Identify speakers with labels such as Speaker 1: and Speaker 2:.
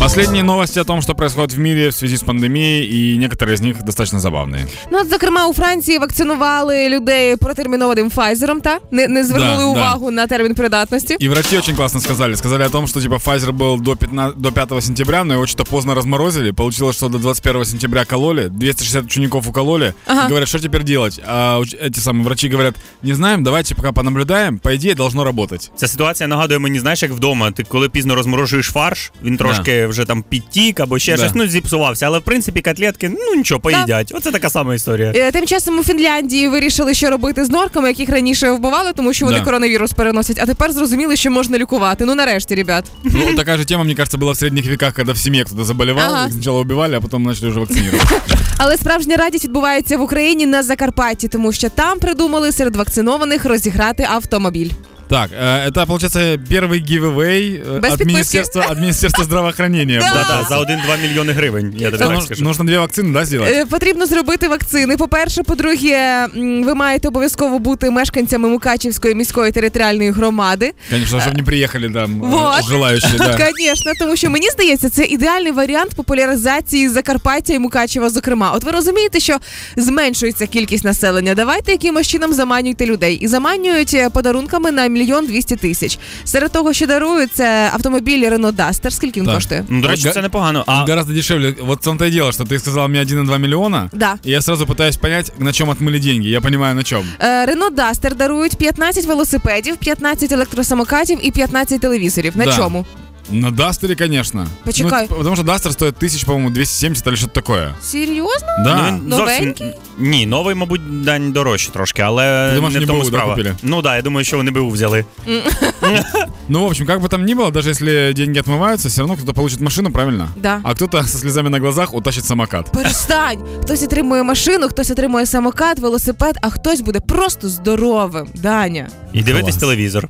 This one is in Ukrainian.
Speaker 1: Последние новости о том, что происходит в мире в связи с пандемией, и некоторые из них достатньо забавные.
Speaker 2: Ну, от, зокрема, у Франції вакцинували людей протермінованим Файзером, та не, не звернули
Speaker 1: Да, да.
Speaker 2: увагу на термін придатності.
Speaker 1: И врачи очень классно сказали. Сказали о том, что типа Pfizer был до, 15 до 5 сентября, но его что-то поздно разморозили. Получилось, что до 21 сентября кололи, 260 учеников укололи. И
Speaker 2: Ага.
Speaker 1: говорят, что теперь делать? А уч- эти самые врачи говорят, не знаем, давайте пока понаблюдаем. По идее, должно работать.
Speaker 3: Ця ситуація нагадує мені, знаєш, як вдома. Ти коли пізно розморожуєш фарш, він трошки вже там підтік або ще
Speaker 1: Да.
Speaker 3: щось, ну зіпсувався. Але в принципі котлетки, ну нічого, поїдять. Оце така сама історія.
Speaker 2: Е, Тим часом у Фінляндії вирішили, що робити з норками, яких раніше вбивали, тому що вони
Speaker 1: Да.
Speaker 2: коронавірус переносять. А тепер зрозуміли, що можна лікувати. Ну нарешті, ребят.
Speaker 1: Ну, такая же тема, мне кажется, была в средних веках, когда в семье кто-то заболевал.
Speaker 2: Ага.
Speaker 1: Их сначала убивали, а потом начали уже вакцинировать.
Speaker 2: Але справжня радість відбувається в Україні на Закарпатті, тому що там придумали серед вакцинованих розіграти автомобіль.
Speaker 1: Так, э, это, получается, первый гивэвэй э,
Speaker 2: Без
Speaker 1: от
Speaker 2: подписки.
Speaker 1: министерства, от Министерства здравоохранения.
Speaker 3: Да, да, за 1-2 мільйони гривень. Я тобі
Speaker 1: Это
Speaker 3: так
Speaker 1: нуж-
Speaker 3: скажу.
Speaker 1: нужно две вакцины, да, сделать?
Speaker 2: Е, Потрібно зробити вакцини. По-перше, по-друге, м, ви маєте обов'язково бути мешканцями Мукачівської міської територіальної громади.
Speaker 1: Конечно, чтобы не приехали там э,
Speaker 2: Вот.
Speaker 1: желающие, да.
Speaker 2: Звісно, тому що мені здається, це ідеальний варіант популяризації Закарпаття і Мукачева. Зокрема, от ви розумієте, що зменшується кількість населення. Давайте якимось чином заманюйте людей і заманюють е, подарунками на мільйон двісті тисяч. Серед того, що дарують, це автомобіль Renault Duster. Скільки він
Speaker 1: Так.
Speaker 2: коштує?
Speaker 3: Ну, до речі,
Speaker 1: Га-
Speaker 3: це непогано. А ну,
Speaker 1: Гораздо дешевле. Вот в том-то и дело, что ты сказал мне 1,2 миллиона.
Speaker 2: Да.
Speaker 1: И я сразу пытаюсь понять, на чем отмыли деньги. Я понимаю, на чем.
Speaker 2: Е, Renault Duster дарують 15 велосипедів, 15 електросамокатів і 15 телевізорів. На
Speaker 1: Да.
Speaker 2: чому?
Speaker 1: На Дастере, конечно.
Speaker 2: Почекай.
Speaker 1: Ну, т- потому что Дастер стоит тысяч, по-моему, 270 или что-то такое.
Speaker 2: Серйозно?
Speaker 1: Да.
Speaker 3: Ну, він зовсім...
Speaker 2: Новенький?
Speaker 3: Ні, новий, мабуть, дань дорожче трошки, але
Speaker 1: Ти думаєш,
Speaker 3: не в
Speaker 1: не
Speaker 3: тому
Speaker 1: БУ, да,
Speaker 3: справа.
Speaker 1: купили?
Speaker 3: ну так, да, я думаю, що вони БУ взяли.
Speaker 1: Ну, в общем, как бы там ни было, даже если деньги отмываются, все равно кто-то получит машину, правильно?
Speaker 2: Да.
Speaker 1: А кто-то со слезами на глазах утащит самокат.
Speaker 2: Перестань! Хтось отримує машину, хтось отримує самокат, велосипед, а хтось буде просто здоровим. Даня.
Speaker 3: І дивитись
Speaker 1: Клас.
Speaker 3: телевізор.